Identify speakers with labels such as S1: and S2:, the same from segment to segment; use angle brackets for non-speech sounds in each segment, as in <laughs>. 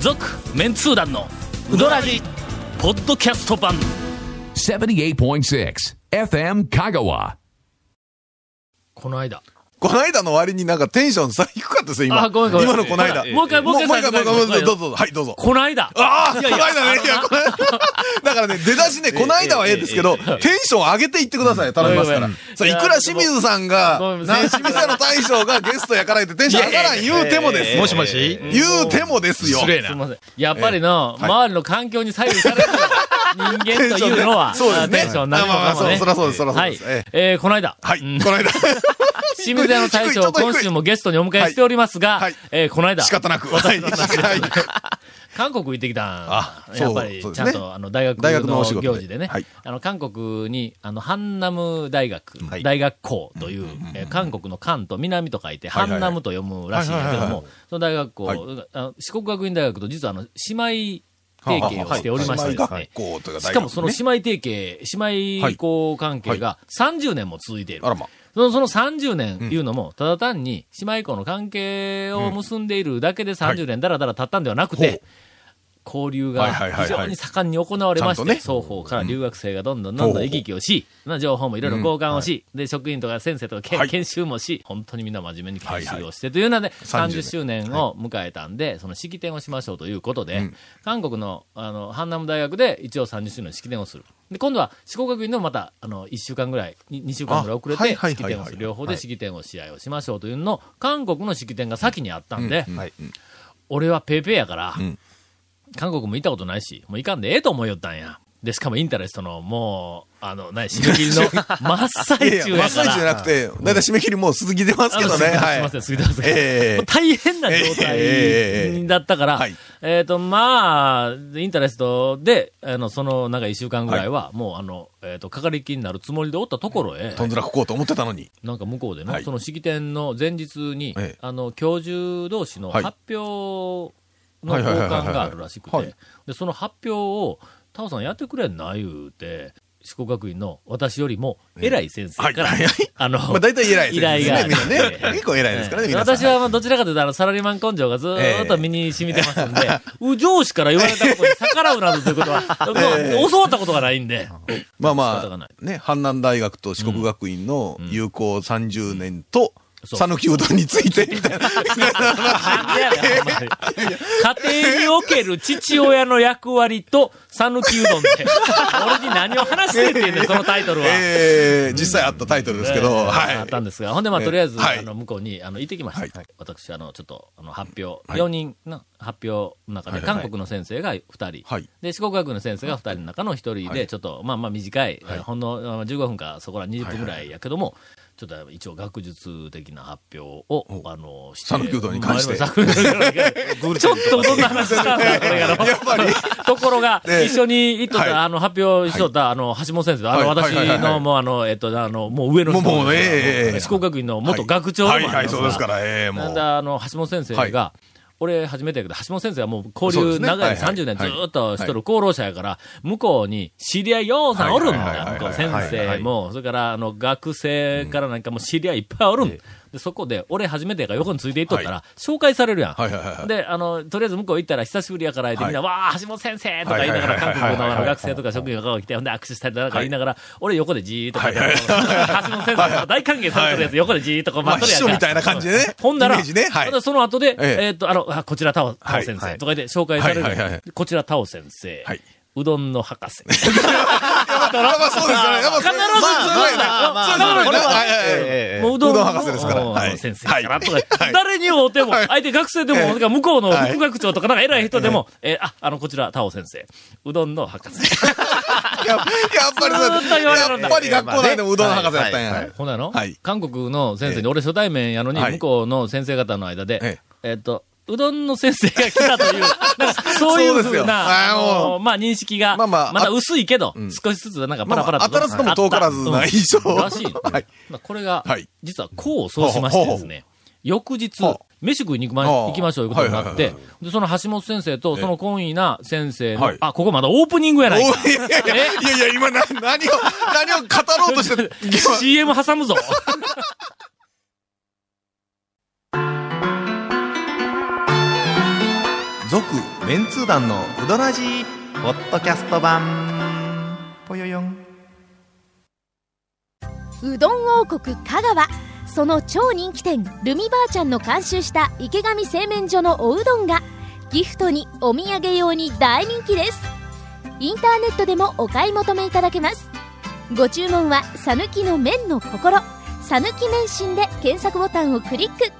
S1: 続メンツー団のウドラジポッドキャスト版
S2: 78.6 FM Kagawa.
S3: この間
S4: この間の割になんかテンション最低かったですよ、今。
S1: あごめんごめん
S4: 今のこの間。
S1: ええもう一回もう一回
S4: もう一回、
S1: もう一回
S4: も
S1: もう一
S4: う一
S1: 回
S4: 回どうぞどうぞ。はい、どうぞ。
S1: こないだ
S4: ああ
S1: い
S4: こ
S1: やい
S4: の
S1: や
S4: 間ね、いや、この間。だからね、出だしね、この間はええですけど、テンション上げていってください、頼みますか
S1: ごめん
S4: ら
S1: ごめん。
S4: そういくら清水さんが
S1: ごめんごめ、ん
S4: な清水屋の大将がゲストやから言ってテンション上がらん言うてもですよ。
S5: もしもし
S4: 言うてもですよ。
S5: 失礼な
S1: すみませんやっぱりの、周りの環境に左右される人間というのは
S4: そうですね。
S1: あテンションなるの
S4: あま
S1: か
S4: あまあ
S1: もね
S4: そうそらそうです、そらそう
S1: は
S4: で
S1: い
S4: す。ええ
S1: えーこの間
S4: はい、
S1: うん
S4: この
S1: <laughs>
S4: 間。
S1: 清水屋の大
S4: 低いちょ
S1: 将
S4: っと低い
S1: 今週もゲストにお迎えしておりますが、
S4: はいはい
S1: えーこの間
S4: 仕方なく。はい。はい
S1: 韓国行ってきた
S4: あ
S1: んやっぱり、
S4: そうそう
S1: ち
S4: で
S1: ゃん
S4: すね
S1: と、あの、大学
S4: 大学の
S1: の
S4: お仕事で
S1: 行事でね、
S4: はい
S1: あの、韓国に、あの、ハンナム大学、
S4: い
S1: 大学校という、えー韓国の韓と南と書いて、
S4: はいはい
S1: ハンナムと読むらしいんやけど
S4: はいはいはい
S1: も、その大学校、
S4: はい
S1: あの四国学院大学と実は、あの、姉妹提携をしておりまして
S4: 姉
S1: で
S4: 妹
S1: すね
S4: 学、校というか大学
S1: しかもその
S4: ね
S1: 姉妹提携、姉妹校関係が30年も続いている。
S4: あらま。
S1: そのその30年いうのも、ただ単に姉妹校の関係を結んでいるだけで30年だらだら経ったんではなくて、
S4: はいほう
S1: 交流
S4: は
S1: が
S4: いはいはいは
S1: 非
S4: い
S1: 常に盛んに行われまして、
S4: ちゃんとね
S1: 双方から留学生がどんどんどんどん行き来をし、な情報もいろいろ交換をし、で、職員とか先生とかけん、
S4: はい
S1: 研修もし、本当にみんな真面目に研
S4: はい
S1: 修
S4: は
S1: をしてというので、
S4: 30
S1: 30周年を迎えたんで、その式典をしましょうということで、韓国の、あの、ハンナム大学で一応30周年の式典をする。で、今度は四国学院のまた、あの、1週間ぐらい、2週間ぐらい遅れ
S4: あは
S1: て
S4: いはいはいはい
S1: 式典をする。両方で式典を試合をしましょうというのを、韓国の式典が先にあったんで、
S4: はい
S1: 俺はペーペーやから、
S4: ん
S1: 韓国も行ったことないし、もう行かんでええと思いよったんや。で、しかもインタレストの、もう、あの、何、締め切りの真っ最
S4: いやい
S1: 中や
S4: や、真っ
S1: か
S4: 最
S1: ら。
S4: 中じゃなくて、だいたい締め切りもう続き出ますけどね。
S1: あの
S4: は
S1: す
S4: い。
S1: みません、すぎてます
S4: ええ
S1: もう大変な状態
S4: ええ
S1: だったから、
S4: はい
S1: えっ、と、まあ、インタレストで、あの、その、なんか一週間ぐらいは、もう、あの、えっ、と、かかりきになるつもりでおったところへ、
S4: とんずらここうと思ってたのに。
S1: なんか向こうでね、
S4: はい
S1: その式典の前日に、
S4: ええ
S1: あの、教授同士の
S4: はい
S1: 発表の
S4: はい
S1: 交
S4: はいはいはいはい
S1: 換があるらしく
S4: はい
S1: て、で、その発表を、タオさんやってくれんな、言うて、四国学院の私よりも偉い先生から、
S4: はいはいはい
S1: あの、
S4: <laughs> まあ大体偉いです
S1: 依頼があ
S4: ね。
S1: る
S4: みんなね。結構偉いですからね、皆さん。
S1: 私はまあどちらかというとあのサラリーマン根性がずーっと身に染みてますんで、右上司から言われたことに逆らうなどという
S4: <laughs>
S1: ことは、もう教わったことがないんで、
S4: まあ
S1: 仕方が
S4: ま
S1: な
S4: あ、ね、阪南大学と四国学院の友好30年と、
S1: そう
S4: 讃岐うどんについてみたいな。
S1: いやいやほんまに家庭における父親の役割と、讃岐うどんって、俺に何を話してってんだよ、そのタイトルは。
S4: ええ、実際あったタイトルですけど、
S1: えー
S4: は
S1: あっ
S4: い。
S1: たんですが、ほんで、まあ、とりあえず、
S4: はい
S1: あの、向こうに、あの、行ってきました。
S4: はい
S1: 私、あの、ちょっと、あの、発表、
S4: い
S1: 4人の発表の中で、韓国の先生が2人、
S4: はい
S1: で、四国学院の先生が2人の中の1人で、ちょっと、まあまあ短い、ほんのまあ15分かそこら20分ぐらいやけども、ちょっと一応学術的な発表を、あの、して。
S4: 讃岐うどんに関して
S1: まあ讃岐うどんに関して <laughs> ちょっとそんな話したんだ、これがの。
S4: やっぱり、
S1: ところが、
S4: ええ
S1: 一緒に行っとっ
S4: はい
S1: た、あの、発表しとった、あの、橋本先生と、あの、
S4: はいは
S1: 私
S4: いはいはい
S1: の、もう、あの、えっと、あの、もう上の人
S4: もうもうええええええ
S1: 四国学院の元学長でもあ
S4: は
S1: りま
S4: い
S1: す
S4: はい、そうですから、ええ、
S1: な
S4: も
S1: ん
S4: う。
S1: だ、あの、橋本先生が、俺、初めてやけど、橋本先生はもう交
S4: そ
S1: 流
S4: うですね
S1: 長い
S4: はいはい
S1: 30年ずーっとしとる功労者やから、向こうに知り合いようさんおるん
S4: はいはいはい
S1: だ
S4: は。い
S1: 向こう先生も、それから、あの、学生からなんかも知り合いいっぱいおるん。で、そこで、俺初めてやから横についていっとったら、紹介されるや
S4: はいはいはいは
S1: ん。
S4: い
S1: で、あの、とりあえず向こう行ったら久しぶりやから言って、みんな、わー、橋本先生とか言いながら、
S4: はいは
S1: 韓
S4: いはいはい
S1: 国のあの学生とか職員が来て、ほんで握手したりなんか言いながら、俺横でじーっとこう、
S4: はいはいはい
S1: 橋本先生と大歓迎されてるやつ横でじーっとこう
S4: まあ、
S1: 待っとる
S4: 秘
S1: やん
S4: 書
S1: か
S4: みたいな感じでね。
S1: ほんなら、
S4: イメージね。はい
S1: た。だその後で、え
S4: ええ
S1: ーっと、あの、あこちらタオ、タオ
S4: はい
S1: 先生
S4: はい
S1: とかで紹介される、
S4: はいはいはい
S1: こちらタオ先生、
S4: はいう
S1: どんの博
S4: <laughs>
S1: 士。必ず
S4: あまあ、そうですよね。やっぱ、そうですね
S1: まあまあ
S4: そうですね
S1: まあまあ
S4: これははいはいはい
S5: え
S1: もううどん
S4: うどん博士ですから
S1: うん
S4: はい
S1: 先生からとか、
S4: はい
S1: 誰に会うても、
S4: はい
S1: 相手学生でも、
S4: ええ
S1: なんか向こうの
S4: はい
S1: 副学長とか、なんか偉い人でも、えーあ、あの、こちらタオ先生、うどんの博士。
S4: やっぱりそう
S1: ずーっと言われるんだ
S4: やっぱり学校内でもうどん博士だったんや。
S5: はいはい
S1: ほんなの、
S4: はい
S1: 韓国の先生
S4: え
S1: に、
S4: え
S1: 俺初対面やのに、
S4: はい
S1: 向こうの先生方の間で、え
S4: え
S1: っと、うどんの先生が来たという、 <laughs> なんかそういう
S4: そう
S1: ふ
S4: です
S1: う
S4: よ
S1: な、あ
S4: あーもう
S1: のまあ認識が、ま
S4: まあまあ
S1: だ薄いけど、
S4: ん
S1: 少しずつなんかパ
S4: ま
S1: ラパラ
S4: あ、当たらずとも遠からず
S1: あっ
S4: な
S1: た
S4: 印象。
S1: うんらしい。
S4: <laughs> はい。
S1: まあこれが
S4: はい、
S1: 実は功を奏しましてですね、翌日
S4: ほう、
S1: 飯食いに行くま
S4: あー
S1: 行きましょういうことになっ
S4: はいはいは
S1: て
S4: い、
S1: で、その橋本先生と、その懇意な先生の
S4: はい、
S1: あ、ここまだオープニングや <laughs> ないか。
S4: おいいやいやいやいや、今な、何を、何を語ろう
S1: <laughs>
S4: として、今
S1: CM 挟むぞ。
S4: 続、
S5: メンツー団のうどらじポッドキャスト版ぽよよん
S6: うどん王国香川その超人気店ルミばあちゃんの監修した池上製麺所のおうどんがギフトにお土産用に大人気ですインターネットでもお買い求めいただけますご注文は「さぬきの麺の心」「さぬき麺心」で検索ボタンをクリック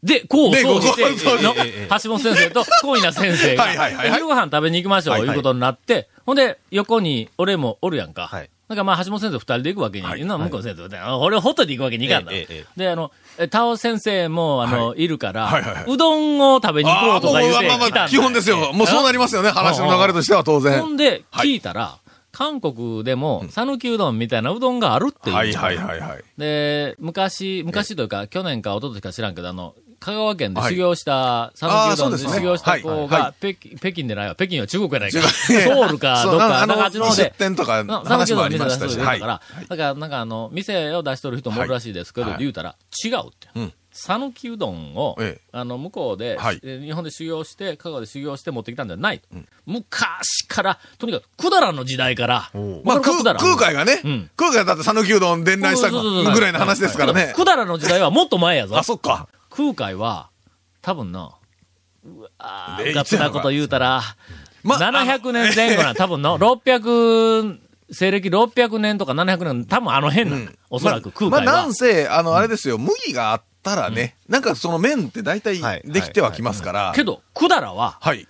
S1: で、こう
S4: で
S1: そうして、
S4: こうそう
S1: の橋本先生と小稲先生が、
S4: はいはいはいはい
S1: お昼ご飯食べに行きましょう、
S5: はい
S1: い
S5: はいう
S1: ことになって、ほんで、横に俺もおるやんか。
S5: はい
S1: なんかまあ、橋本先生二人で行くわけに、
S5: はい
S1: な向こう先生と、あ俺ホットで行くわけにいかんだろ、
S5: えええええ
S1: で、あの、え田尾先生も、あの、い、るから、
S4: はいはいはいう
S1: どんを食べに行こうとか言うて
S4: あーも
S1: 来たんだ
S4: 基本ですよ。もうそうなりますよね。話の流れとしては当然。
S1: ほんで、
S4: はい
S1: 聞いたら、韓国でも、讃岐うどんみたいなうどんがあるっていう。
S4: はいはいはいはい。
S1: で、昔、昔というか、去年か一昨年か知らんけど、あの、香川県で修行した、讃岐、
S4: あー
S1: うどんで
S4: そうで
S1: 修
S4: すね
S1: 行した子
S4: はいは
S1: が、北京北京でないわ。北京は中国やないか。
S4: 違う
S1: <laughs> ソウルか、
S4: そう
S1: どっか、な
S4: な
S1: んんか
S4: か
S1: あ
S4: あ
S1: っち
S4: の、
S1: の方で
S4: 出。店とか
S1: な
S4: 話もありまし
S1: 讃
S4: た
S1: 岐う
S4: し。
S1: どんの
S4: は
S1: 店だか
S4: い。
S1: ら、だから、なんかあの、店を出してる人もおるらしいですけど、
S4: はい
S1: 言うたら、違うって
S4: うん。
S1: 讃岐うどんを
S4: ええ、
S1: あの、向こうで
S4: はい、
S1: え日本で修行して、香川で修行して持ってきたんじゃない。昔から、とにかく、くだらんの時代から、
S4: まあ、
S1: わかる
S4: 空
S1: かくだらん
S4: 空海がね
S1: うん、
S4: 空海だって讃岐うどん伝来した
S1: そうそうそうそう
S4: ぐらいの話ですからね。
S1: くだらの時代はもっと前やぞ
S4: あ、。そっか。
S1: 空海は、多分な、うわ
S4: で
S1: ー、うかつなこと言うたら、
S4: ま
S1: 700年前
S4: <laughs>
S1: 後な、多分の、600、西暦600年とか700年、多分あの辺なんだおそらく空
S4: まあ、
S1: 海は
S4: なん。せ、あの、あれですよ、麦があったらね、なんかその麺って大体
S5: はい
S4: できてはきますから。
S1: けど、くだらは、
S4: はい。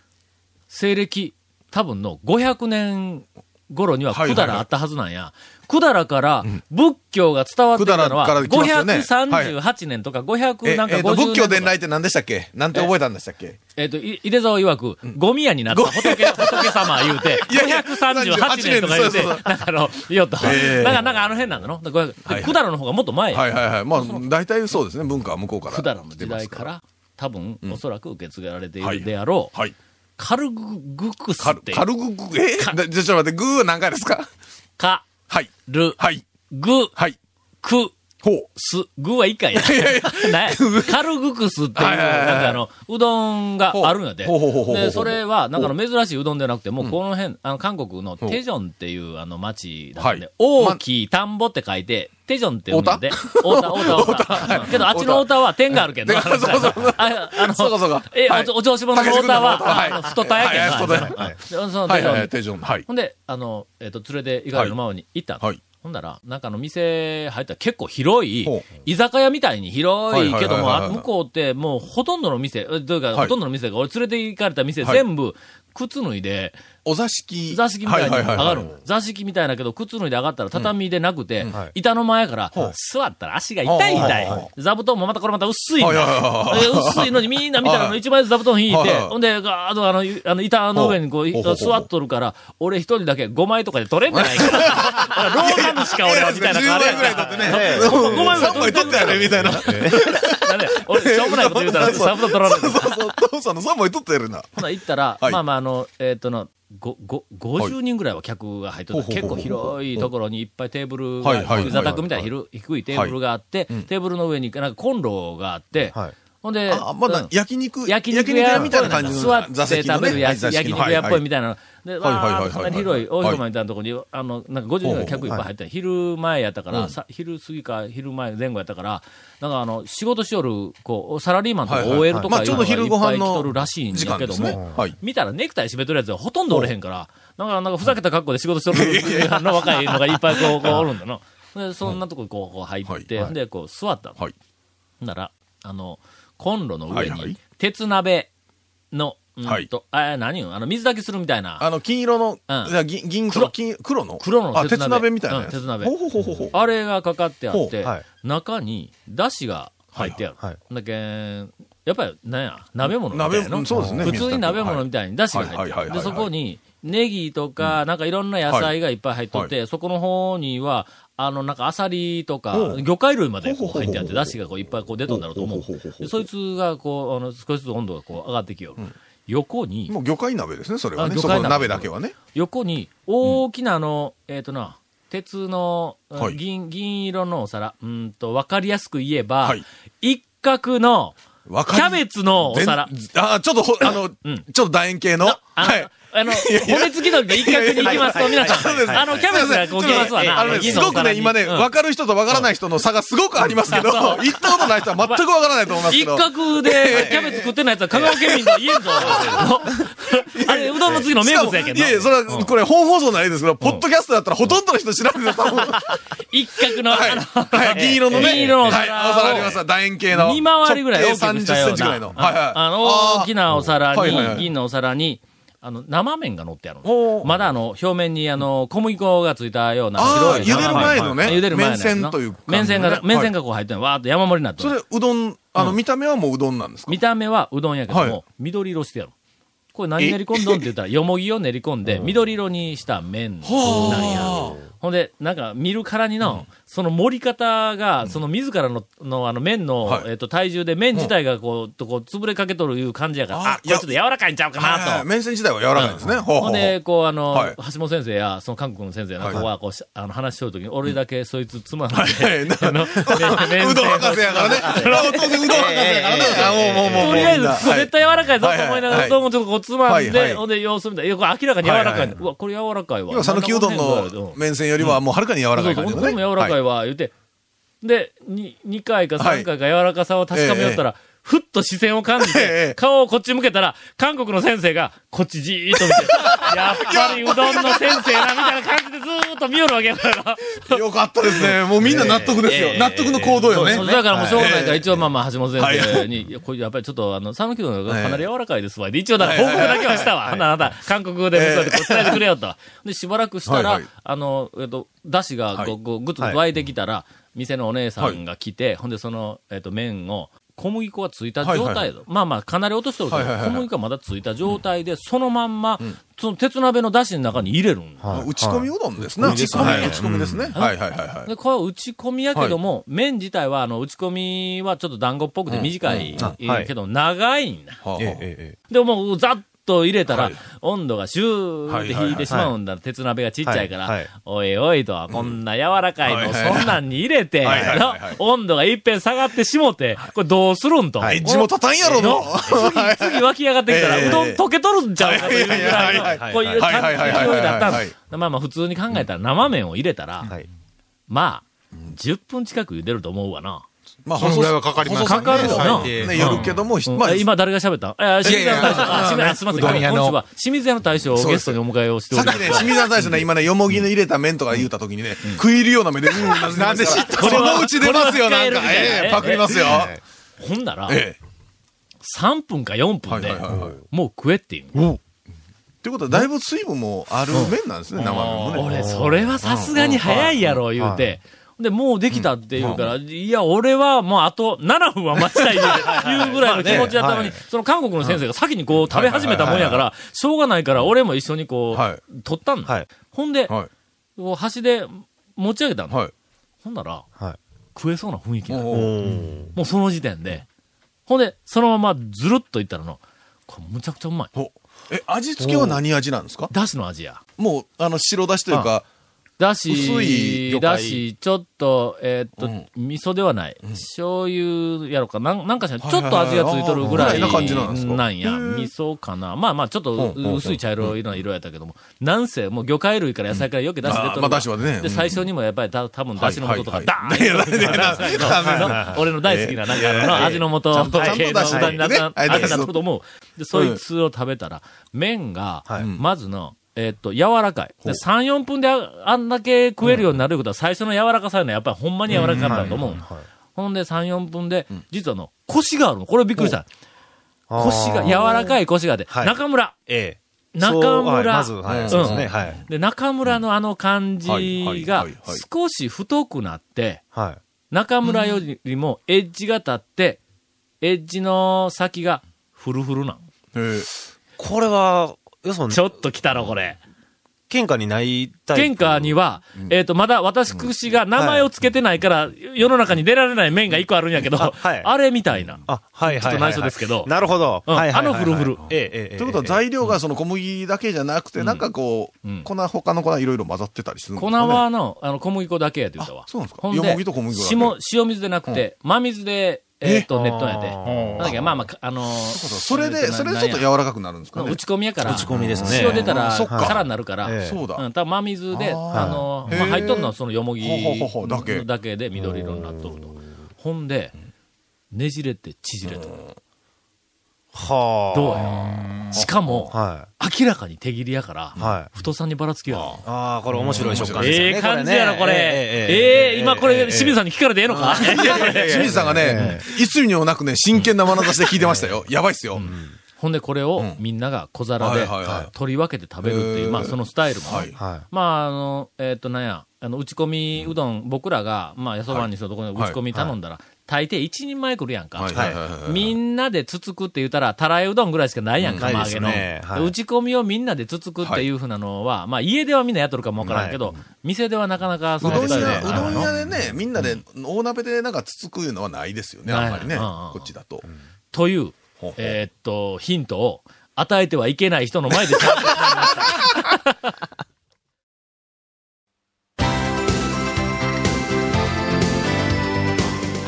S1: 西暦、多分の500年頃には
S4: はいはい
S1: くだらあったはずなんや。くだらから仏教が伝わってきたのは、
S4: 百済から来ますよねはい
S1: 538年とか500
S4: え、
S1: なんか50
S4: えっと、
S1: 年
S4: 仏教
S1: とか
S4: 伝来って何でしたっけなんて覚えたんでしたっけ
S1: えっ、と、い井出沢曰く、ゴミ屋になった仏、仏様言うて、
S4: <laughs> いやいや
S1: 538年とか言うて、
S4: そう
S1: なん
S4: そう
S1: かあの、言おうと。
S4: ええ
S1: なんか、なんかあの辺なんだろだから
S4: はいはい
S1: くだらの方がもっと前や。
S4: はいはいはい。まあ、大体そうですね、文化は向こうから。
S1: くだらの時代から、多分、
S4: ん
S1: おそらく受け継がれてい
S4: はい
S1: るであろう、
S4: はい。
S1: カルグクス
S4: カ
S1: っ
S4: ル、
S1: て、
S4: カルググ、え
S1: か
S4: だじゃ、ちょっと待って、グーは何回ですか
S1: カ
S4: はい。
S1: ル
S4: はい。
S1: グ
S4: はい。
S1: ク
S4: ほう。
S1: す、具は以下や。 <laughs> ね、カルグクスっていう、
S4: はいはいはいはい
S1: なんかあの、うどんがあるんやで。
S4: ほうほうほうほうほう
S1: で、それは、なんかあの珍しいうどんではなくて、もうこの辺、あの、韓国のテジョンっていうあの町だったんで、
S4: はい
S1: 大きい田んぼって書いて、テジョンって読むんで、大田、大田、大田。けど、あっちの大田は点があるけど、
S4: で <laughs> そうそうそう
S1: ああの、
S4: そうかそうか
S1: <laughs> え、
S4: はい
S1: おお調子者の大田は、あの太田やけ
S4: はいはい
S1: ど
S4: 太
S1: な
S4: 田や
S1: あの、でその
S4: は
S1: テジ
S4: い
S1: ョン
S4: はいはい、手順。はい。
S1: ほんで、あの、えっ、と、連れて、いかれのままに行ったの、
S4: はいはい
S1: ほんだら、なんかあの、店入ったら結構広い
S4: ほう、
S1: 居酒屋みたいに広いけども、
S4: はいはいはいはい
S1: あ向こうってもうほとんどの店、えというか、
S4: い
S1: ほとんどの店が、俺連れて行かれた店、
S4: はい
S1: 全部、靴脱いで、
S4: お座敷。
S1: 座敷みたいに上
S4: は
S1: が
S4: いはい
S1: る
S4: はいはい。
S1: の。座敷みたいだけど、靴脱いで上がったら畳でなくて、
S5: はい
S1: 板の前から、座ったら足が痛い痛
S4: ほうほう
S1: い。座布団もまたこれまた薄いの
S4: はいはいはいは
S1: え薄いのにみんな見たらの一枚ずつ座布団引い
S4: はい
S1: て、
S4: はい
S1: ほんで、ガーッとあの、ゆあの板の上にこう、
S4: ほうほうほう
S1: 座っとるから、俺一人だけ5枚とかで取れんじゃ
S4: <laughs>
S1: ないか。だからローマムしか俺はみたいなのあれや
S4: 10枚ぐらい
S1: か
S4: 取
S1: ら
S4: ってね。
S1: <laughs> そうそう5枚ぐらい
S4: 3枚取 <laughs> ったよね、みたいな。
S1: なんで俺、しょうもないこと言うたら、
S4: <laughs> そうそう
S1: 座布団取られる。
S4: そうそう、父さんの3枚取ってるな。
S1: ほな、行ったら、
S4: はい
S1: まあまあ、あの、えーっとの、ごご50人ぐらいは客が入ってた、
S4: はいほうほう
S1: 結
S4: ほうほ
S1: 構
S4: う
S1: 広いところにいっぱいテーブル
S4: はいは
S1: が、
S4: いはい
S1: 座卓みたいなひる低いテーブルがあって、テーブルの上になんかコンロがあって、
S5: はい
S1: ほんで、
S4: あ、ま
S1: うん
S4: だ焼肉、
S1: 焼肉屋
S4: みたいな感じの
S1: 座って
S4: 座席の
S1: 食べる
S4: ね
S1: やつ
S4: 座
S1: 焼
S4: 敷の
S1: 肉屋っぽ
S4: はい
S1: みたいなの。で、
S4: はいはいはい
S1: わ
S4: は
S1: あ
S4: い
S1: かなり広い大広間みたいなところに、あの、なんか50人ぐらい客いっぱい入って、昼前やったから、さ昼過ぎか昼前前後やったから、なんかあの、仕事しよる、こう、サラリーマンと
S4: は
S1: か
S4: いはい
S1: OL と
S4: ま
S1: か
S4: あ
S1: い
S4: ち
S1: う
S4: ょう
S1: のが
S4: ど
S1: い
S4: 昼
S1: っ
S4: ご
S1: ぱ
S4: 飯
S1: い来
S4: の
S1: とるらしいん
S4: 時
S1: だ
S4: 間
S1: け
S4: で
S1: ど
S4: す
S1: も
S4: ね、。はい。
S1: 見たらネクタイ締めとるやつはほとんどおれへんから、なんか、なんかふざけた格好で仕事しとるあの若いのがいっぱいこう、こうおるんだな。で、そんなとこにこう、こう入
S4: は
S1: っ
S4: い
S1: て、で、こう座ったの。
S4: はい。
S1: ほんなら、あの、コンロの上
S4: はいは
S1: に
S4: い、
S1: 鉄鍋の、うん
S4: はい
S1: と、あ、何よあの、水炊きするみたいな、
S4: あの、金色
S1: う
S4: の、
S1: ん
S4: じゃあ銀、銀、
S1: 黒
S4: 黒、金、黒の
S1: 黒の
S4: あ、
S1: 鉄鍋
S4: 鉄鍋みたいな
S1: う
S4: や
S1: ん
S4: つ。
S1: 鉄鍋
S4: ほうほうほうほうほう。
S1: あれがかかってあっ
S5: ほ
S1: て
S5: うはい、
S1: 中に、だしが入ってある。
S5: はいはい
S1: だけんやっぱり、なんや、鍋物みたいな
S4: 鍋う
S1: の。
S4: んそうですね
S1: 普通に鍋物みたいにだしが入って
S4: はいは
S1: あ
S4: いはい
S1: る。
S4: はい
S1: で、
S4: はい
S1: そこに、ネギとか、なんかいろんな野菜がいっぱい入っとって、そこの方には、あの、なんかアサリとか
S4: ほ、う
S1: 魚介類までこう
S4: ほうほうほう
S1: 入ってあって、だしがこういっぱいこう出とんだろうと思う
S4: ほうほうほうほう。ほう
S1: でそいつがこう、あの、少しずつ温度がこう上がってきよる。横に、
S4: もう魚介鍋ですね、それは
S1: あ
S4: ね。
S1: 魚
S4: そ
S1: 介鍋
S4: この鍋だけはね。
S1: 横に大きなあの、えっ、とな、鉄の、うん
S4: はい
S1: 銀、銀色のお皿、うーんと、わかりやすく言えば、
S4: はい
S1: 一角の、
S4: わ
S1: キャベツのお
S4: 全
S1: 皿。
S4: あ、ちょっとほ、あの、
S1: うん
S4: ちょっと楕円形の。
S1: ああの、
S4: はい。
S1: あの、骨付き鳥の一角に行きますと、
S5: はいは
S1: 皆
S5: いはい
S1: さ
S4: そうです
S1: ん、 <laughs> あの、キャベツがこう来ますわ
S5: ちょっ
S1: な。
S4: あのね、
S1: 銀
S4: す
S1: のお
S4: ごく
S1: 皿
S4: ね、
S1: に
S4: 今ね、
S1: うん
S4: わかる人とわからない人の差がすごくありますけど、行ったことない人は全くわからないと思います
S1: 一
S4: けど。
S1: 角でキャベツ食ってないやつは香川県民とは言えんぞ。あれ、うどんの次の名物やけ
S4: しかもいやいや、
S1: ど
S4: そ。れは、これ本放送ならいいですけど、ポッドキャストだったらほとんどの人知らないですよ、多分。は
S1: 一角の、あ
S4: い。
S1: の、
S4: はい、銀色のね。
S1: 銀色のお皿
S4: はい、お皿ありますわ楕円形の。
S1: 二回りぐらい大き
S4: 直
S1: く
S4: 径
S1: し
S4: 30
S1: た
S4: セ
S1: よ
S4: ンチぐらいうの。
S1: な。
S4: はいはい。
S1: あの、大きなお皿
S4: はいはいは
S1: に、
S4: い
S1: 銀のお皿に、あの、生麺が乗ってあるの
S4: おー
S1: まだあの、表面にあの、小麦粉がついたような
S4: あ
S1: 白
S4: ー
S1: い生麺。
S4: 茹でる前のね
S1: はい茹でる前のやつな
S4: 麺線というか
S1: 麺線
S4: ね
S1: が
S4: は、い
S1: 麺線がこう入ってんのわーっと山盛りになって
S4: そ
S1: る
S4: れ、うどん、あの、
S1: うん
S4: 見た目はもううどんなんですか
S1: 見た目はうどんやけども、
S4: はい
S1: 緑色してやる。これ何練り込んどんって言ったら、よもぎを練り込んで、緑色にした麺なんや。ほんで、なんか見るからにな、その盛り方が、その自らののあの麺の、
S4: はい
S1: えっと体重で麺自体がこう、とこう潰れかけとるいう感じやから、
S4: あ
S1: あ、これちょっと柔らかいんちゃうか
S4: はいはい
S1: な
S4: はい
S1: と。
S4: 麺線自体は柔らかいですね。ほうほ
S1: ほ
S4: うんほう
S1: で、こう、あの、
S4: はい
S1: 橋本先生や、その韓国の先生やな、
S4: はい
S1: ここは、こうし、あの、話しとるときに、俺だけそいつつまんで、
S4: はいな
S1: あの、う
S4: うどん博士やからね。当然うどん博士やからね。あもうもうもうもう。
S1: とりあえず、
S4: みんな
S1: ここ絶対柔らかいぞと思いなが
S4: は
S1: ら、
S4: いう
S1: どんをちょっとこうつまん
S4: はいはい
S1: で、ほんで様子見たら、いや、これ明らかに柔らかい
S4: はい
S1: ね
S4: は。
S1: うわ、これ柔らかいわ。
S4: 要は讃岐うどん
S1: うん
S4: の麺線よりはもうはるかに柔らかい
S1: そう
S4: 感
S1: そう
S4: じ
S1: う
S4: だ
S1: ど
S4: ね。
S1: んも柔らかいわ、言うて。で、に2回か3回か柔らかさを確かめよったら、ふっと視線を感じ
S4: えええ
S1: て
S4: え、
S1: 顔をこっち向けたら、韓国の先生が、こっちじーっと見て、やっぱりうどんの先生な、みたいな感じでずーっと見よるわけやから。
S4: はいよかったですね。もうみんな納得ですよ。納得の行動よね。
S1: そうだからもうしょうがないから、
S4: はい
S1: 一応まあまあ、橋本先
S4: は
S1: 生に、いや、これやっぱりちょっと、あの、讃岐うどんがかなり柔らかいですわ。で、一応だから報告だけはしたわ。あなた、韓国語で向こうでこう伝えてくれよと。で、しばらくした
S4: は
S1: ら
S4: いはい、
S1: あの、えっと、だしがこう、こうぐっと
S5: はい
S1: 湧いてきたら、店のお姉さんが来て、ほんでその、えっと、麺を、小麦粉がついた状
S4: はいはい
S1: 態だまあまあ、かなり落としてるけど、
S4: はいはいはいは
S1: 小
S4: い
S1: 麦粉がまだついた状態で、そのまんま、その鉄鍋のだしの中に入れるんだ
S5: はい
S4: 打ち込みうどんですね。
S5: 打ち込み
S4: はい打ち込みですね。はいはいはいはい。
S1: で、これは打ち込みやけども、麺自体は、あの、打ち込みはちょっと団子っぽくて短い、
S5: うんはい
S1: けど、長いんだ。
S4: はあはあ
S1: で、もう、ざっと入れたら、
S4: はい
S1: 温度がシューって引いてしまうんだ。鉄鍋がちっちゃいから、
S5: はいはい
S1: おいおいとは、こんな柔らかいの、
S4: うんはいはいはい
S1: そんなんに入れて、
S4: はいはいはい
S1: な温度がいっぺん下がってしもて、これどうするんと。
S4: はい地元たんやろの。
S1: 次、次湧き上がってきたら、
S4: ええ
S1: うどん溶けとるんちゃうかというぐら
S4: はいい
S1: の、
S5: はいはいはい
S1: こういう感
S4: はいはいはいはい
S1: 勢いだったん
S4: はい
S1: で
S4: は
S1: すまあまあ、普通に考えたら生麺を入れたら、
S5: はい。
S1: まあ、10分近く茹でると思うわな。
S4: まあ
S7: そのぐらいはかかりますね
S1: かかるよな
S4: ね、よるけども、ひまあ、
S1: え今誰が喋ったえ清水屋の大将。あ、
S4: いやいや
S1: 清水屋、すみません。今
S5: うどん
S1: 日
S5: 屋の
S1: 今週は清水屋の大将をゲストにお迎えをしてお
S4: さ
S1: りま
S4: っき
S1: す。
S4: ね、清水さん大将ね、今ね、よもぎの入れた麺とか言うたときにね、食い入るような目で、うんなんで知った
S1: こ
S4: そ
S1: れは
S4: のうち出ますよ、
S1: これは
S4: な
S1: 使え
S4: ん
S1: るみたい
S4: か。
S1: な
S4: え
S1: え
S4: え
S1: え
S4: パクりますよ。
S1: ほんなら、
S4: ええ。
S1: 3分か4分で
S4: はいはいはいはい、
S1: もう食えっていう。
S4: ということは、だいぶ水分もある麺なんですね、生麺も
S1: 俺、
S4: ね。
S1: それはさすがに早いやろ、言うて。で、もうできたって言うから、いや、俺はもうあと7分は待ちたい言ういうぐらいの気持ちだったのに、その韓国の先生が先にこう食べ始めたもんやから、しょうがないから俺も一緒にこ
S4: は
S1: う、取ったん
S5: は
S1: だ
S5: い。
S1: ほんで、
S4: は
S1: こう端で持ち上げた
S4: い。
S1: の。
S4: はい。
S1: ほんなら
S5: はい、
S1: 食えそうな雰囲気だ
S4: おうおう
S1: もうその時点で。ほんで、そのままずるっといったらの、これむちゃくちゃうまい。
S4: ほえ、味付けは何味なんですか
S1: だしの味や。
S4: もう、あの、白だしというか、
S1: だ
S4: 薄い
S1: し、
S4: 魚介
S1: だし、ちょっと、えーっと、
S4: うん
S1: 味噌ではない。醤油やろか、なんなんかしら、ち
S4: はい
S1: ょっと味がついとるぐらい
S4: はいはいはいあーぐらいな感じなんですか
S1: なんや。
S4: へー
S1: 味噌かな。まあまあ、ちょっと
S4: うんうん
S1: 薄い茶色いの色やったけども、なんせ、もう魚介類から野菜からよく出汁出とる
S4: あー
S1: わ。
S4: まあ出汁はね
S1: で、
S4: うん
S1: 最初にもやっぱりた多分出汁の素とか、
S4: はい
S1: ダ
S4: は
S1: ーン
S4: いはい
S1: 言うとるわけなんですけど
S4: ダメだ
S1: の俺の大好きな、なんかあのな、味の素
S4: ちゃんと
S1: 系の
S4: ちゃんと出汁
S1: 豚になっ
S4: ね
S1: た、
S4: は
S1: 味
S4: い
S1: になったと思う。で、そいつを食べたら、麺が、まずの、えーっと、柔らかい。で3、4分でああんだけ食えるようになることは、最初の柔らかさいうのはやっぱりほんまに柔らかかったと思う。ほんで、3、4分で、実はあの、腰があるの。これびっくりした。腰が、柔らかい腰があって、
S5: はい
S1: 中村
S5: ええ。
S1: 中
S5: そうはい
S1: 村
S5: まず、は
S1: うん
S5: い。そうですね。はい。
S1: で、中村のあの感
S4: はい
S1: じが
S4: はいはいはい、
S1: 少し太くなって、
S5: はい。
S1: 中村よりもエッジが立って、エッジの先がフルフルなん。
S4: ええ
S5: これは、よそ、
S1: ちょっと来たろ、これ。
S5: 喧嘩にないタイ
S1: 喧
S5: プ。
S1: 嘩には、えっ、と、まだ私くしが名前を付けてないから、世の中に出られない面が一個あるんやけど、あ,、
S5: あはい
S1: れみたいな。
S5: あ、はいはいはい。
S1: ちょっと内緒ですけど
S5: なるほど。
S1: うん
S5: はいはいはいは
S1: あ
S5: い
S1: のフルフル
S5: ええ、ええ。
S4: ということは
S5: ええ
S4: 材料がその小麦だけじゃなくて、なんかこう、
S1: うん
S4: 粉、他の粉いろいろ混ざってたりするんです
S1: 粉
S4: かね
S1: はあの、あの、小麦粉だけやって言ったわ
S4: あ。そうなんですか
S1: ほん
S4: よ
S1: で
S4: もぎと小麦粉だけ
S1: しも塩水でなくて、真水でえっと、ネットなんやで。なんだっけ、まあまあ、あのー
S4: それで、それでちょっと柔らかくなるんですかね
S1: 打。ち込みやから、
S7: 打ち込みですね
S1: 塩出たら、
S4: うんそっか
S1: 空になるから、
S7: ええ
S4: そう
S1: う
S4: だ
S1: ん、。多分真水で、
S4: あー
S1: あの、
S4: へー
S1: まあ、入っとんのはそのよもぎ
S4: ほうほうほうほうだけ
S1: だけで緑色になっとると。ほんで、ねじれて縮れてる。
S7: はあ。
S1: どうやしかも、
S7: は
S1: 明らかに手切りやから、
S7: い。はい。
S1: 太さにばらつきや。
S7: ああ、これ面白い食感ですよね。
S1: ええ感じやろ、これ。ええ今これ、清水さんに聞かれてええのか、
S4: 清水さんがね、いつにもなくね、真剣な眼差しで聞いてましたよ。やばいっすよ。
S1: ほんでこれを
S4: ん
S1: みんなが小皿
S4: は
S1: で
S4: いはいはい
S1: 取り分けて食べるってい
S4: へ
S1: う、
S4: ー
S1: まあそのスタイルもね。
S4: はい。
S7: はい。
S1: まあ、あの、えっ、と、なんや、あの、打ち込みうどん、僕らが、まあ、やそばにしたところで
S4: は
S1: 打
S4: い
S1: ち込み頼んだら、大抵一人前来るやんか。
S4: はいはいはいはい
S1: みんなでつつくって言ったら、たらいうどんぐらいしかないやんか、
S7: うん
S1: ま
S7: な
S1: あ
S7: いで
S1: 揚げ
S7: す
S1: の、
S7: ねはい
S1: 打ち込みをみんなでつつくっていうふうなのは、まあ、家ではみんなやっとるかもわからんけど、店ではなかなかそ
S4: うんど
S1: なんスタイル
S4: 屋、
S1: はない
S4: うどん
S1: の
S4: 屋でね、みんなで、大鍋でなんかつつくいうのはないですよね、
S1: ない
S4: あんまりね。
S1: うん
S4: こっちだと。
S1: という
S4: ほうほう、
S1: えーっと、ヒントを与えてはいけない人の前でちゃんと答えま
S4: <laughs>
S1: した。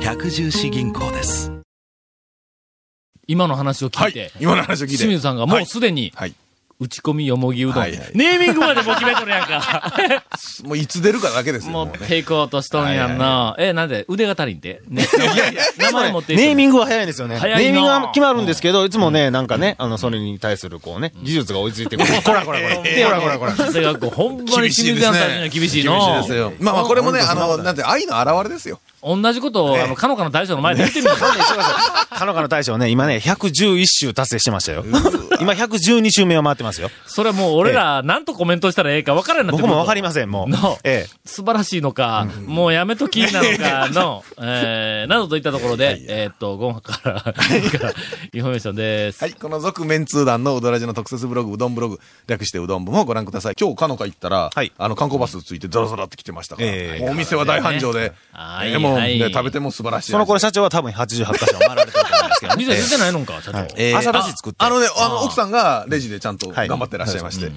S8: 百十四銀行です
S1: 今の話を聞
S4: はい
S1: て
S4: い、。今の話を聞いて。
S1: 清水さんがもうすでに、
S4: はい。
S1: 打ち込みよもぎうどん、
S4: はいはい
S1: ネーミングまでもう決めとるや
S4: <laughs>
S1: んか。
S4: もういつ出るかだけですよ。
S1: 持
S4: も
S1: っ <laughs>
S4: うね
S1: ていこうとしとんやんな。え、なんで腕が足りんて、ね、名前持っていこう
S7: ネーミングは早いんですよね。ネ
S1: 早いな
S7: ーミングは決まるんですけど、いつもね、なんかね、あの、それに対する、こうね、技術が追いついてくる。こら
S1: <laughs>
S7: こらこら。で、こらこらこら。
S1: 長谷
S4: <laughs>
S1: 川君、ほんまに清
S4: 厳しい
S1: 水
S4: です
S1: さん
S4: ね
S1: たちには厳しいの。
S4: 厳しいですよ。まあまあ、これもね、あの、なんて、愛の表れですよ。
S1: 同じことを、あの、かのかの大将の前で言っ
S4: <laughs>
S1: てみよう。
S7: かのかの大将ね、今ね、111周達成してましたよ。今112周目を回ってますよ。
S1: それはもう俺ら、なんとコメントしたらええか分からんようになって
S7: 僕もわかり
S1: ま
S7: ません、もう
S1: の。
S7: ええ。
S1: 素晴らしいのか、もうやめときなの
S4: <laughs>
S1: かの、えー、などといったところで、えーっと、ゴンから、インフォメーションです。
S4: はい、この続メンツー団のうどらじの特設ブログ、うどんブログ、略してうどん部もご覧ください。今日、かのか行ったら、
S7: はい
S4: あの、観光バスついてザラザラって来てましたから、
S7: ええ
S4: もうお店は大繁盛で、
S1: はい
S4: ええもう、
S1: はい
S4: ね、食べても素晴らしい。
S7: その頃社長は多分88箇所を回られてると思うんですけどね。
S1: 店出てないのか、社長。
S7: ええ朝ラジ作って。
S4: あのね、あの、奥さんがレジでちゃんと
S7: はい
S4: 頑張ってらっしゃいまして、えー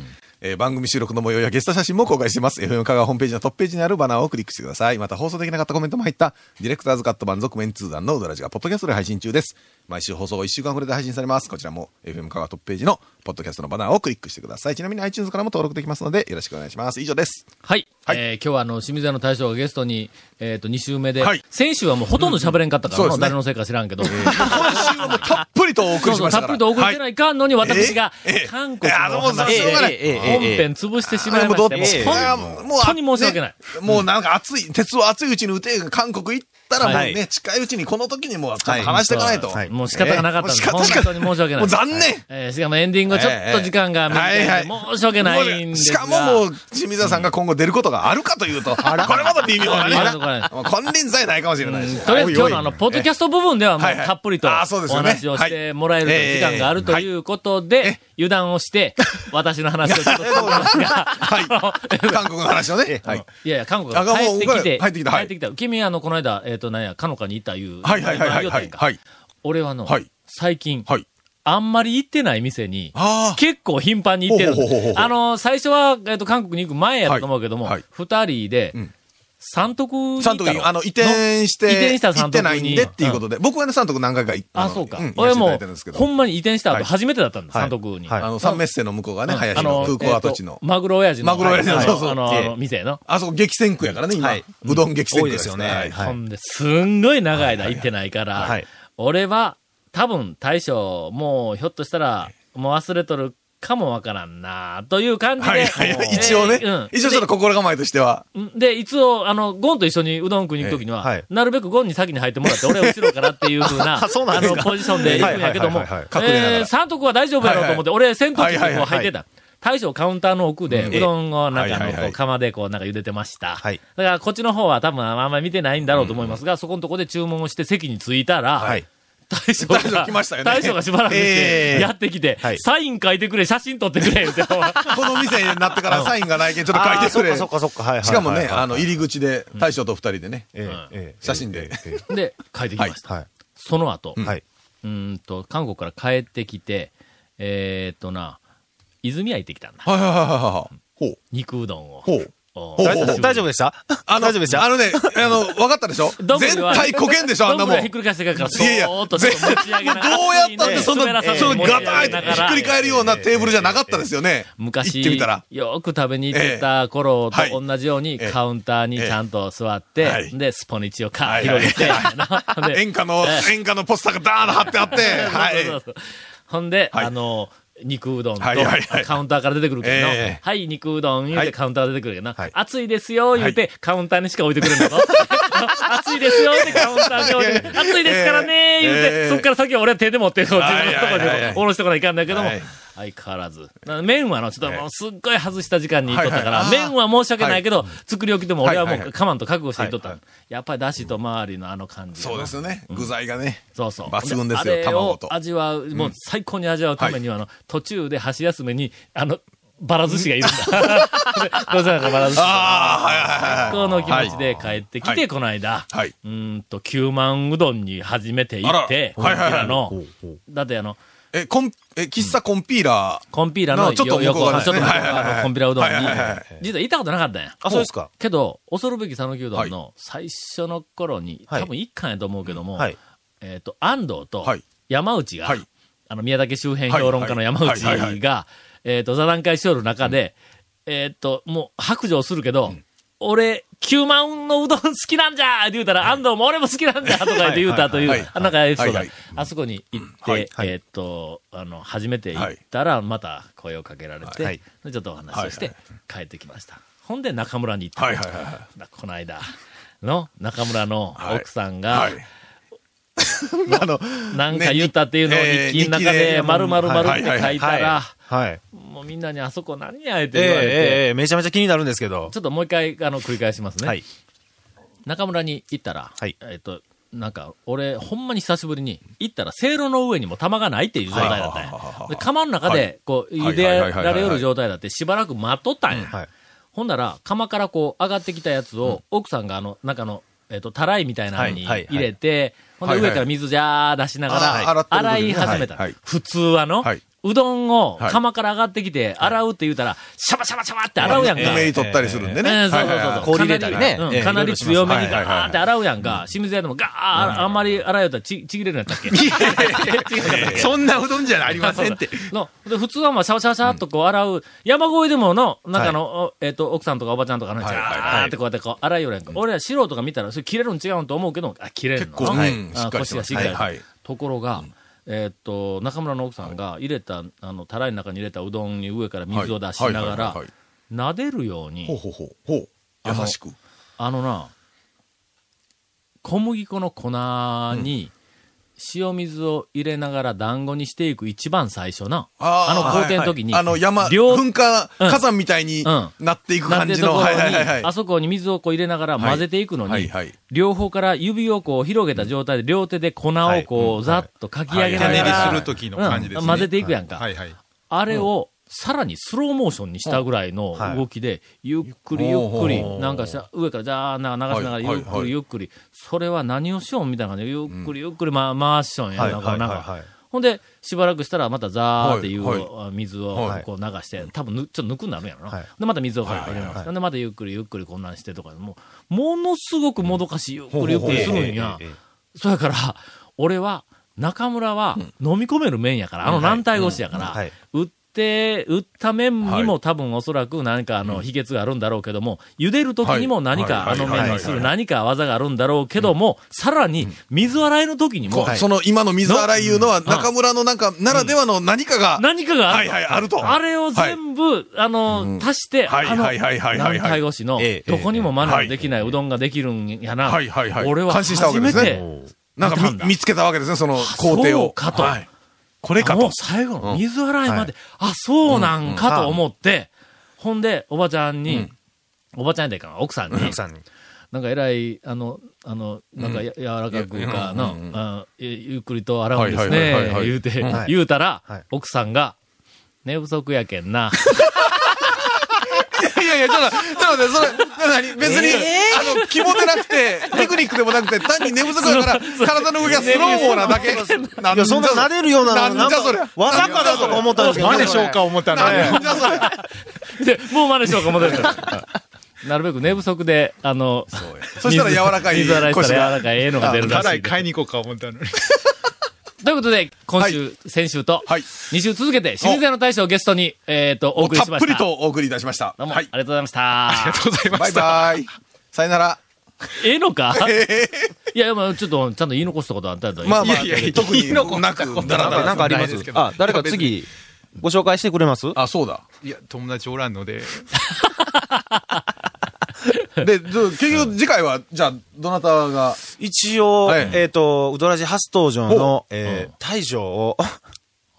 S4: 番組収録の模様やゲスト写真も公開してます。FM 香川ホームページのトップページにあるバナーをクリックしてください。また放送できなかったコメントも入った、ディレクターズカット版続メンツー団のうどらじがポッドキャストで配信中です。毎週放送1週間ほどで配信されます。こちらも FM 香川トップページのポッドキャストのバナーをクリックしてください。ちなみに iTunes からも登録できますので、よろしくお願いします。以上です。
S1: はい。
S4: はい
S1: えー今日はあの、清水屋の大将がゲストに、えーっと、2週目で、
S4: はい
S1: 先週はもうほとんど喋れんかったから
S4: うん
S1: の、
S4: そうですね
S1: 誰のせいか知らんけ
S4: <laughs>
S1: ど、
S4: <laughs> 今週はもうたっぷりとお
S1: そう
S4: 送りし
S1: そう、
S4: ましたた
S1: っ
S4: か
S1: ぷ
S4: ら。
S1: りと送って
S4: は
S1: ないかんのに、私が、韓国のお話
S4: いやもうしょうがない
S1: で本編潰してしまいま
S4: もうど
S1: し、
S4: ってち
S1: もう
S4: いやもう
S1: 本当に申し訳ない。
S4: ねもうなんか熱い、鉄を熱いうちに打て、韓国行ったらもうね、
S7: はい
S4: 近いうちにこの時にもうちょっと話していかないと。
S7: はい
S1: もう仕方がなかったんで、
S4: ええもう仕
S1: 本当
S4: 方
S1: に申し訳な
S4: も。
S1: いう
S4: 残念、
S1: えーしかもエンディングはちょっと時間が短
S4: ええはいい
S1: ん
S4: は
S1: で、申し訳ないんです
S4: し
S1: が。
S4: かももう、清水さんが今後出ることがあるかというと、これまた微妙だね
S1: あらこれ。
S4: もう金輪際ないかもしれないし。
S1: とりあえず今日のあの、ポッドキャスト部分ではもう
S4: はいはい
S1: たっぷりとお
S4: あーそうですよね
S1: 話をしてもらえるという時間があるということで、油断をして、私の話を
S4: <laughs>
S1: ちょっとしてみ <laughs> ますが、
S4: はい。韓国の話をね。はい。
S1: いやいや、韓国
S4: あ
S1: が
S4: もう
S1: 帰ってきて、
S4: 帰ってきたはい
S1: 君、あの、この間、えっ、と、なんや、かのかにいたいう。
S4: はいはいはいはい
S1: 言うて
S4: は
S1: ん
S4: い。
S1: か
S4: はい。
S1: 俺はの、
S4: はい
S1: 最近、
S4: はい
S1: あんまり行ってない店に、
S4: ああ。
S1: 結構頻繁に行ってるんです
S4: ほうほうほうほう
S1: あの、最初は、えっ、と、韓国に行く前やったと思うけども、二、
S4: はいはい
S1: 人で、
S4: うん
S1: 三徳に行っ
S4: ち
S1: た
S4: ゃ
S1: の
S4: んと、あの、移転して、
S1: 移転した
S4: 行
S1: 三
S4: っ
S1: 徳に
S4: てないんでっていうことで、僕はね、三徳何回か行った
S1: あ、
S4: の。
S1: そうか。
S4: ん行か
S1: 俺
S4: せていただ
S1: も
S4: いてるんですけ、ど
S1: ほんまに移転した
S4: は
S1: 後、
S4: い
S1: 初めてだったんです、
S7: はい
S1: 三徳に。
S7: はい
S4: あの、三メッセの向こうがね、
S1: うん
S4: 林の空港跡地
S1: えっ
S4: の
S1: と。マグロ親父の。
S4: マグロ親父の
S1: はい
S4: そうそう
S1: あの、あ
S7: え
S1: の
S7: え
S1: 店の。
S4: あそこ激戦区やからね、今。
S7: はいう
S4: どん激戦区
S7: 多いですよね
S4: はい
S7: はい
S1: ほんで、すんごい長い間行ってないから、
S7: はい
S1: 俺は、多分大将、もうひょっとしたら、もう忘れとるかもわからんな、という感じで。
S4: はいはいはい。一応
S1: <laughs>
S4: ね
S1: えー。
S4: 一応ちょっと心構えとしては。
S1: うん。で、いつを、あの、ゴンと一緒にうどん食いに行くときには、
S7: ええはい
S1: なるべくゴンに先に入ってもらって、俺は後ろからっていうふうな、
S4: <laughs>
S7: あそうな
S1: あ
S7: んです
S1: の、
S7: か
S1: ポジションで行くんやけども、
S7: はいはいはいはい
S4: はい隠れながら
S1: えー三徳は大丈夫やろうと思って、俺、先頭にこう入ってた。大将カウンターの奥で、
S4: うん
S1: うどんをなんかあ
S4: は
S1: の、
S4: いはい
S1: こ
S4: は
S1: う
S4: い
S1: 釜でこうなんか茹でてました。
S4: はい
S1: だからこっちの方は多分あんまり見てないんだろうと思いますが、そこのとこで注文をして席に着いたら、
S4: はい
S1: 大将が、
S4: 大将来ましたよね
S1: 大将がしばらくして
S4: え、え
S1: やってきて、
S4: はい
S1: サイン書いてくれ、写真撮ってくれ、って。
S4: <laughs> この店になってからサインがないけん、ちょっと書いてくれ。
S7: あーそっかそっかそっかはいはいはいはい
S4: しかもね、あの、入り口で、大将と二人でね、
S7: ええええ
S4: 写真で。
S7: ええ
S1: で、書いてきました。
S7: はい。
S1: その後、う
S7: はい。
S1: ーんと、韓国から帰ってきて、えーっとな、泉屋行ってきたんだ。
S4: はいはいはいはいはい。
S1: 肉うどんを。
S4: ほう。ほう。
S1: お
S4: ほう
S7: 大
S4: ほうほう
S7: 大丈夫でした
S4: あの、
S7: 大丈夫でした
S4: あのね、あの、分かったでしょ
S1: どんぐり
S4: 絶
S1: は
S4: 対こけんでしょあんな
S1: どん
S4: もん。
S1: ぐりはひっくり返してからから、そ
S4: いやいや
S1: ーっとちょっと持ち上げながら。
S4: どうやったってそん
S1: 滑ら
S4: な、
S1: さず
S4: そう
S1: 持ち上
S4: ガ
S1: げな
S4: タイ
S1: が
S4: と
S1: ら
S4: ひっくり返るようなテーブルじゃなかったですよね。
S1: 昔、
S4: 行ってみたら。
S1: よく食べに行ってた頃
S4: ええ
S1: と同じように、
S4: ええ
S1: カウンターにちゃんと座って、
S4: はい
S1: で、スポニチをか、
S4: はい
S1: 広げて、な
S4: <laughs>
S1: で
S4: 演歌の、演歌のポスターがダーンと貼ってあって、は
S1: <laughs> そうそう
S4: い。
S1: そうほんで、
S4: はい
S1: あの、肉うどんと、
S4: はいはいはい
S1: カウンターから出てくるけど、
S4: ええ
S1: はい、肉うどん言う
S4: は
S1: て
S4: い
S1: カウンターから出てくるけどな、
S4: はい
S1: 熱いですよ言うて、カウンターにしか置いてくる
S4: <laughs>
S1: んだぞ。熱いですよってカウンターに置いてくる。熱いですからね言うて、
S4: ええ
S1: そっから先は俺は手で持って、こう自分のとこ
S4: はいはいはいは
S1: ろ
S4: い
S1: におろしとかないかんだけども、
S4: はい
S1: 相変わらず。な麺はの、ちょっともう
S4: ええ
S1: すっごい外した時間に行っとったから、
S4: はいはいあー
S1: 麺は申し訳ないけど、作り置きでも俺はも
S4: はいはいうはい
S1: 我慢と覚悟して行っとったの。
S4: はい
S1: やっぱり出汁と周りのあの感じ。
S4: そうですよね。具材がね。
S1: そうそう。
S4: 抜群ですよ
S1: あれを
S4: 卵と
S1: 味わう、もう最高に味わうためには、あの、途中で箸休めに、あの、バラ寿司がいるんだ。 <laughs> どうせなんかバラ寿司。
S4: ああ、はい
S1: こ
S4: はい
S1: の
S4: はい。
S1: 気持ちで帰ってき
S4: は
S1: て、
S4: い
S1: この間。
S4: はい。
S1: うーんと、九万うどんに初めて行って、
S4: あらはいはいはい
S1: コンピーラの、だってあの、
S4: え、コン、え、喫茶コンピーラー。
S1: コンピーラの
S4: のちょっと
S1: よ横、
S4: 向こう側
S1: ちょっと向こう
S4: ですねはいはいはい
S1: 側のコンピーラうどんに
S4: はいはいはい、
S1: 実は行ったことなかったんや。
S7: あ、そうですか。
S1: けど、恐るべき讃岐うどんの最初の頃に、
S7: はい
S1: 多分一巻やと思うけども、
S7: はい
S1: えっ、と、安藤と
S4: はい
S1: 山内が、
S4: はい
S1: あの、宮崎周辺評論家の山内が、
S4: はいはいはい
S1: えっ、と、座談会しよる中で、えっ、と、もう白状するけど、俺、九万のうどん好きなんじゃって言うたら、安藤も俺も好きなんじゃとか言って言うたとい
S4: は
S1: う
S4: いはいは、い
S1: あなんかエピソードが、
S4: はいはい
S1: あそこに行って、
S4: はい
S7: はい
S1: えっと、あの、初めて行ったら、また声をかけられて、
S7: はい
S1: でちょっとお話をして、帰ってきました。ほんで中村に行った。
S4: はいはいはいは
S1: だこの間の中村の
S4: はい
S1: 奥さん
S4: い。
S1: が
S4: はい。あの、
S1: なんか言ったっていうのを
S4: ね
S1: 日記の中
S4: えー日記
S1: で
S4: で
S1: 丸々丸って書
S4: はい
S1: たら、
S7: はい。
S1: もうみんなにあそこ何やえっ
S7: ええ
S1: て言われて、
S7: ええめちゃめちゃ気になるんですけど
S1: ち。ょっともう一回あの繰り返しますね。
S7: はい。
S1: 中村に行ったら、
S7: はい
S1: えっと、なんか、俺、ほんまに久しぶりに、行ったら、せいろの上にも玉がないっていう状態だったん
S4: はいは
S1: や
S4: い。
S1: で、釜の中
S4: はい
S1: で、こう、茹で
S4: はいはいはいはい
S1: られよる状態だって、しばらく待っとったんや。
S7: はい。
S1: ほんなら、釜からこう、上がってきたやつを、奥さんがあの、中の、えっと、たらいみたいなのに
S7: はいはいはい
S1: 入れて、ほんで
S4: はいは
S1: 上
S4: い
S1: から水じゃー出しなが
S4: あ
S1: ら
S4: ー、洗
S1: 洗
S4: ってる時に
S1: い
S4: ね
S1: 始めた
S4: はいはい。
S1: 普通はの
S4: はい、
S1: うどんを
S4: はい
S1: 釜から上がってきて、洗うって言うたら、シャバシャバシャバって洗うやんか。
S4: ぬめり取ったりするんでね。
S1: えーそう
S4: はいはいはい
S1: そうそう。
S7: 氷入れたりね
S1: かなりう
S7: ええ
S1: んかない
S7: ろい
S1: り
S7: ろします
S1: 強めに
S4: はいはいはい
S1: ガーって洗うやんか。清水屋でもガーあんまり洗うやったらちちぎれるんやったっけ <laughs> 違うかったっけ
S5: そんなうどんじゃありませんって。
S1: <laughs> の、で、普通はまあ、シャワシャワシャワっとこう洗う、山越えでもの、なんかの、おえっ、と、奥さんとかおばちゃんとかの、ジャーってこうやってこう洗いよるやんか。俺ら素人が見たら、それ切れるん違うんと思うけど、あ、切れるの
S4: 結構
S1: な
S4: ね
S1: うん
S4: しっかりし
S1: 腰
S4: て
S1: が
S4: ま
S1: しっ
S4: す
S1: かりしてる、
S4: はいはい
S1: ところが、えっと、中村の奥さんが入れた、あの、たらいの中に入れたうどんに上から水を出しなが
S4: はいはいはい
S1: ら
S4: はい、
S1: 撫でるように、
S4: ほうほうほう。ほう。優しく。
S1: あのな、小麦粉の粉に、塩水を入れながら団子にしていく一番最初な、
S4: あー
S1: あの工程の時に、
S4: はいはいあの山、
S1: 両
S4: 噴火、
S1: うん
S4: 火山みたいに
S1: うん
S4: なっていく
S1: なん
S4: 感
S1: て
S4: じ
S1: と
S4: の。
S1: ころ
S4: はいはいはい
S1: に、
S4: は
S1: あ
S4: い。
S1: そこに水をこう入れながら混ぜていくの
S4: はい
S1: に
S4: はいはい、
S1: 両方から指をこう広げた状態で両手で粉をこうざっとかき上げなが
S5: 手練りす
S1: ら
S5: る、時の感じです
S1: う
S5: ね。
S1: ん混ぜていくやんか
S5: はいはい。
S1: あれをさらにスローモーションにしたぐらいの動きで、ゆっくりゆっくり、なんかした上からじゃーな流しながら
S4: はい
S1: ゆ
S4: はい
S1: っくりゆっくり、それは何をしようみたいな感じで、ゆっくりゆっくりま回しよんや、
S7: はい
S1: なんかなん
S7: はいはい
S1: か
S7: はい。
S1: ほんで、しばらくしたらまたザーっていう
S4: はい
S1: あ水を
S4: はい
S1: こう流して、多分ぬちょっと抜くんなるんやろな。
S7: はい
S1: で、また水をかけて、
S7: はい
S1: ほんで、またゆっくりゆっくりこんなんしてとか、もう、ものすごくもどかしい、ゆっくりゆっくりするんや。そやから、俺は、中村は飲み込める麺やから、あの軟体越しやから、
S7: はい
S1: 売って、売った麺にも多分おそらく何かあの秘訣があるんだろうけども、茹でる時にも何かあ
S4: はい
S1: の
S4: はい
S1: 麺にする何か技があるんだろうけども、さらに水洗いの時にも
S4: こう、その今の水洗いいうのは中村のなんか、ならではの何かが、
S1: 何かがあ
S4: は
S1: る
S4: い
S1: と
S4: はい、あると。
S1: あれを全部、あの、足して、
S4: はい
S1: あの、
S4: はいはいはいはいはい
S1: 軟体越しの
S7: ええ、
S1: どこにも真似のできないうどんができるんやな。
S4: はいはいはい
S1: 俺は
S4: 感心したわ
S1: 初
S4: け
S1: め
S4: ですね
S1: て、
S4: なん
S1: 見た
S4: か
S1: んだ
S4: 見見つけたわけですね、その工程
S1: そ
S4: を。
S1: うかと
S4: はいこれか
S1: もう
S4: と。
S1: 最後の水洗いまで、あ、そうなんかと思って、ほんで、おばちゃんに、おばちゃんやでいかな、奥さんに、
S7: さんに。
S1: なんかえらい、あの、あの、なんかや柔らかくかな、あゆゆっくりと洗うんです
S4: はいはいはい
S1: ね、
S4: はい
S1: 言うて、
S7: はい
S1: 言うたら、
S7: はい
S1: 奥さんが、寝不足やけん
S4: <laughs>
S1: な。
S4: いやいや、ちょっと、ちょっと待って、それ、
S1: <laughs>
S4: なに、別に、あの、気もでなくて、テクニックでもなくて、単に寝不足だから、体の動きがスローモーなだけ。ない
S7: や、そんな慣れるようなの
S4: なんじゃそれ。
S7: わざかだとか思ったんですけど。
S4: なんじゃそれ
S7: 思った
S4: なんじゃそれ。
S1: で、もう真似しようか思
S4: <laughs>
S1: ってた。なるべく寝不足で、あの、
S4: そしたら柔らかい
S1: 水洗いし
S4: 腰
S1: たら柔
S4: が。
S1: らかいええのが出るらしいで。
S7: いに行こうか思ったのに。
S1: ということで、今週、先週と、
S4: はい
S1: 2週続けて、清水屋の大将をゲストに、えっ、と、お送り
S4: た
S1: しました。
S4: っぷりとお送りいたしました。
S1: どうも、
S4: は
S1: あり
S4: い。
S1: がとうございました。
S4: バイバイ。さよなら。
S1: ええのかいや、まあちょっと、ちゃんと言い残したことあったら、
S4: まあまあ
S1: いやいや、
S4: 特になく、だらだ
S7: なん
S4: ら。
S7: かありますあ、誰か次、ご紹介してくれます
S4: あ、そうだ。
S9: いや、友達おらんので、
S4: で、じゃあ結局次回は、じゃあ、どなたが、
S7: 一応、
S4: はい
S7: えっと、ウドラジ初登場の
S4: お、
S7: えー大将を
S1: あ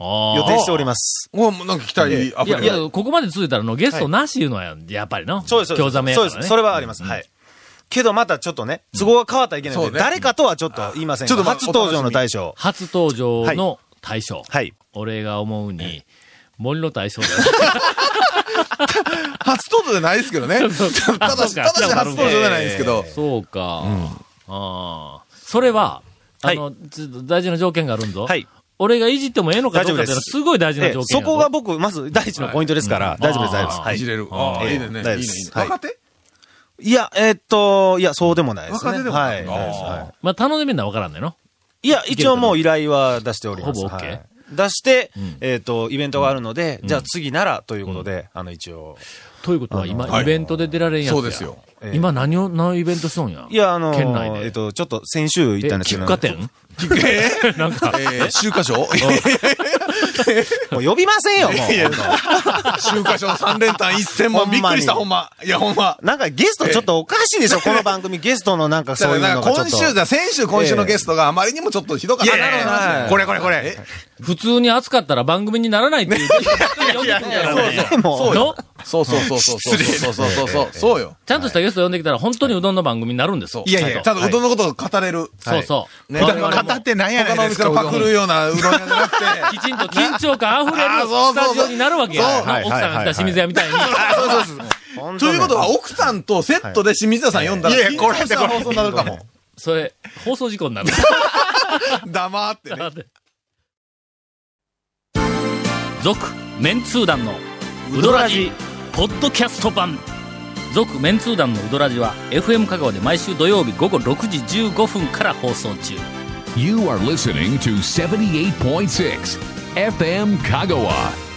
S1: ー
S7: 予定しております。
S4: もうなんか期待あ
S1: い
S4: ふ
S1: や、
S4: れ
S1: い
S4: る
S1: や、。ここまで続いたらの、ゲストなしいうのはや、やっぱりの。
S7: そうです、そう
S1: 興
S7: です
S1: ざめやか
S7: そ
S1: ら
S7: うで
S1: ね。
S7: す。それはあります。はい。けどまたちょっとね、都合が変わったらいけないの
S4: そう
S7: で、
S4: ね
S7: 誰かとはちょっと言いません
S4: ちょっと
S7: が、
S4: まあ
S7: 初登場の大将。
S1: 初登場の大将。
S7: はい。
S1: 俺が思うに、森の
S7: <laughs>
S1: 大将だ
S4: 初登場じゃないですけどね。ただ
S1: そう
S4: し、ただし
S1: あそうか
S4: 初登場じゃないですけど。
S1: そうか。ああ。それは、あの、ちょっと大事な条件があるんぞ。
S7: はい。
S1: 俺がいじってもええのかどうかっていうのは
S7: 大丈夫です
S1: すごい大事な
S7: で
S1: 条件
S7: そ
S1: やぞ
S7: こが、僕、まず第一のポイントですから、大丈夫です、大丈夫です。はい
S4: いじれる。ああ、いいね。いいね。いいね。若手
S7: いや、えーっと、いや、そうでもないですね。
S4: 若手でも
S7: は
S4: ない
S7: い。
S4: の
S7: ないですは
S1: まあ、頼んでみんなわからんねんの。
S7: いいや、一応もう依頼は出しております。
S1: ほぼ OK
S7: はい出して、えーっと、イベントがあるので、じゃあ次ならということで、あの、一応。
S1: ということは、今、
S4: はい
S1: イベントで出られんやつや。
S4: そうですよ。
S7: えー
S1: 今、何を、何のイベントしとんや。
S7: いや、あのー、
S1: 県内で
S7: えーっと、ちょっと先週行ったんですけど、
S1: え喫茶店
S4: なんか、えー、週刊賞
S7: もう呼びませんよ、 <laughs> も
S4: いや
S7: う。
S4: 週刊賞3連単1000万。
S7: ほんま
S4: びっ
S7: に
S4: くりした、ほんま。いや、ほんま。
S7: なんかゲストちょっとおかしいでしょ、この番組ゲストのなんか
S4: だ
S7: <laughs> そ
S4: か
S7: うい
S4: ら
S7: う
S4: なん
S7: の
S4: か
S7: がちょっ
S4: 今
S7: と。
S4: 週じゃ、先週今週のゲストがあまりにもちょっとひどかった。
S7: いやいやいや
S4: なるほどな
S7: はい
S4: これこれこれ。
S1: 普通に暑かったら番組にならない
S4: <laughs>
S1: っていう。
S7: <laughs> そうそう。
S4: そうよ
S1: の。
S4: そうそうそうそうそう。そうそうそうそう。そうよ。
S1: <laughs> ちゃんとしたゲスト呼んできたら、本当にうどんの番組になるんですよ。
S4: いやいや、ただうどんのことを語れる。
S1: そうそう。
S4: ね
S1: 我々も
S9: 片手なんやね
S4: 他
S9: ん
S4: のお
S9: です
S4: 店
S9: か。
S4: のパクるようなうどん屋じゃなくて。
S1: きちんと緊張感溢れる
S4: あーそう
S1: ス
S4: そうそ
S1: タ
S4: う
S1: ジオになるわけや。
S4: そう
S1: まあ奥さんが来た清水屋み
S4: <laughs>
S1: たいに。
S4: そうそうそう。
S7: 本当
S4: とい
S7: ね
S4: うことは、奥さんとセットで清水田さん呼んだら、
S9: はい
S4: 緊張した放送になるかも。
S1: それ、放送事故になる。
S4: 黙ってね。
S1: 続、メンツー団のウドラジ、ポッドキャスト版。続、メンツー団のウドラジは、FM 香川で毎週土曜日午後6時15分から放送中。
S2: You are listening to 78.6 FM Kagawa.